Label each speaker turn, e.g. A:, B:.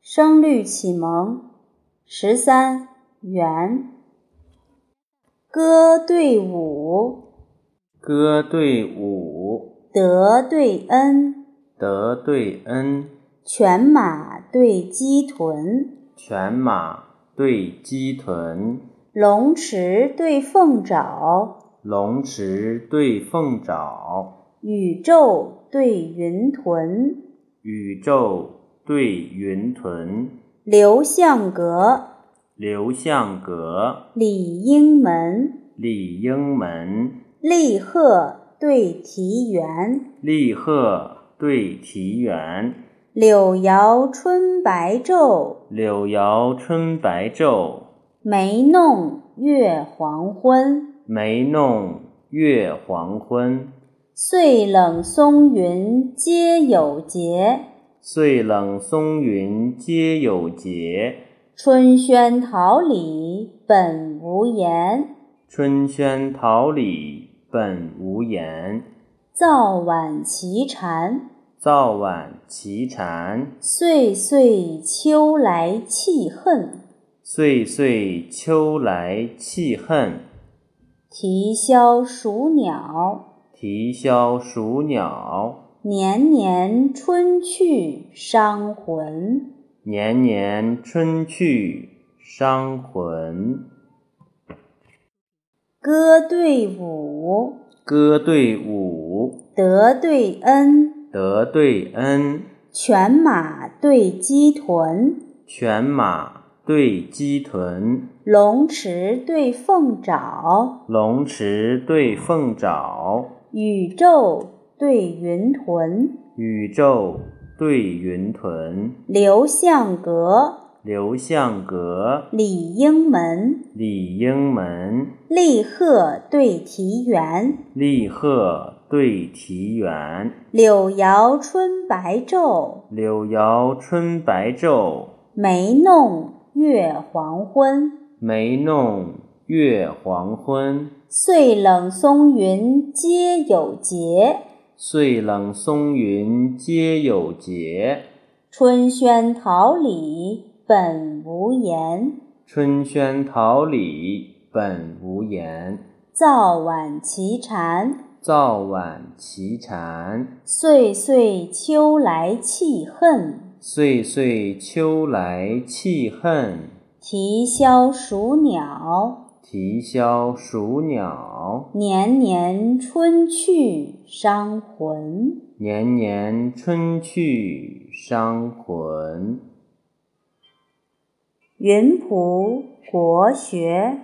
A: 声律启蒙十三元，歌对舞，
B: 歌对舞，
A: 德对恩，
B: 德对恩，
A: 犬马对鸡豚，
B: 犬马对鸡豚，
A: 龙池对凤爪，
B: 龙池对凤爪，
A: 宇宙对云屯，
B: 宇宙对云屯，
A: 流向阁，
B: 流向阁，
A: 李应门，
B: 李应门，
A: 立鹤对啼猿，
B: 立鹤对啼猿，
A: 柳摇春白昼，
B: 柳摇春白昼，
A: 梅弄月黄昏。
B: 梅弄月黄昏。
A: 岁冷松云皆有节，
B: 岁冷松云皆有节，
A: 春轩桃李本无言。
B: 春轩桃李本无言。
A: 早晚齐蝉，
B: 早晚齐蝉，
A: 岁岁秋来气恨。
B: 岁岁秋来气恨。
A: 啼箫数鸟，
B: 啼箫数鸟，
A: 年年春去伤魂。
B: 年年春去伤魂。
A: 歌对舞，
B: 歌对舞，
A: 德对恩，
B: 德对恩，
A: 犬马对鸡豚，
B: 犬马对鸡豚，
A: 龙池对凤爪，
B: 龙池对凤爪，
A: 宇宙对云屯，
B: 宇宙对云屯，
A: 流向阁，
B: 流向阁，
A: 李应门，
B: 李应门，
A: 立鹤对啼猿，
B: 立鹤对啼猿，
A: 柳摇春白昼，
B: 柳摇春白昼，
A: 梅弄月黄昏。
B: 梅弄月黄昏。
A: 岁冷松云皆有节，
B: 岁冷松云皆有节，
A: 春轩桃李本无言。
B: 春轩桃李本无言。
A: 早晚齐蝉，
B: 早晚齐蝉，
A: 岁岁秋来气恨。
B: 岁岁秋来气恨。
A: 啼箫数鸟，
B: 啼箫数鸟，
A: 年年春去伤魂。
B: 年年春去伤魂。
A: 云浦国学。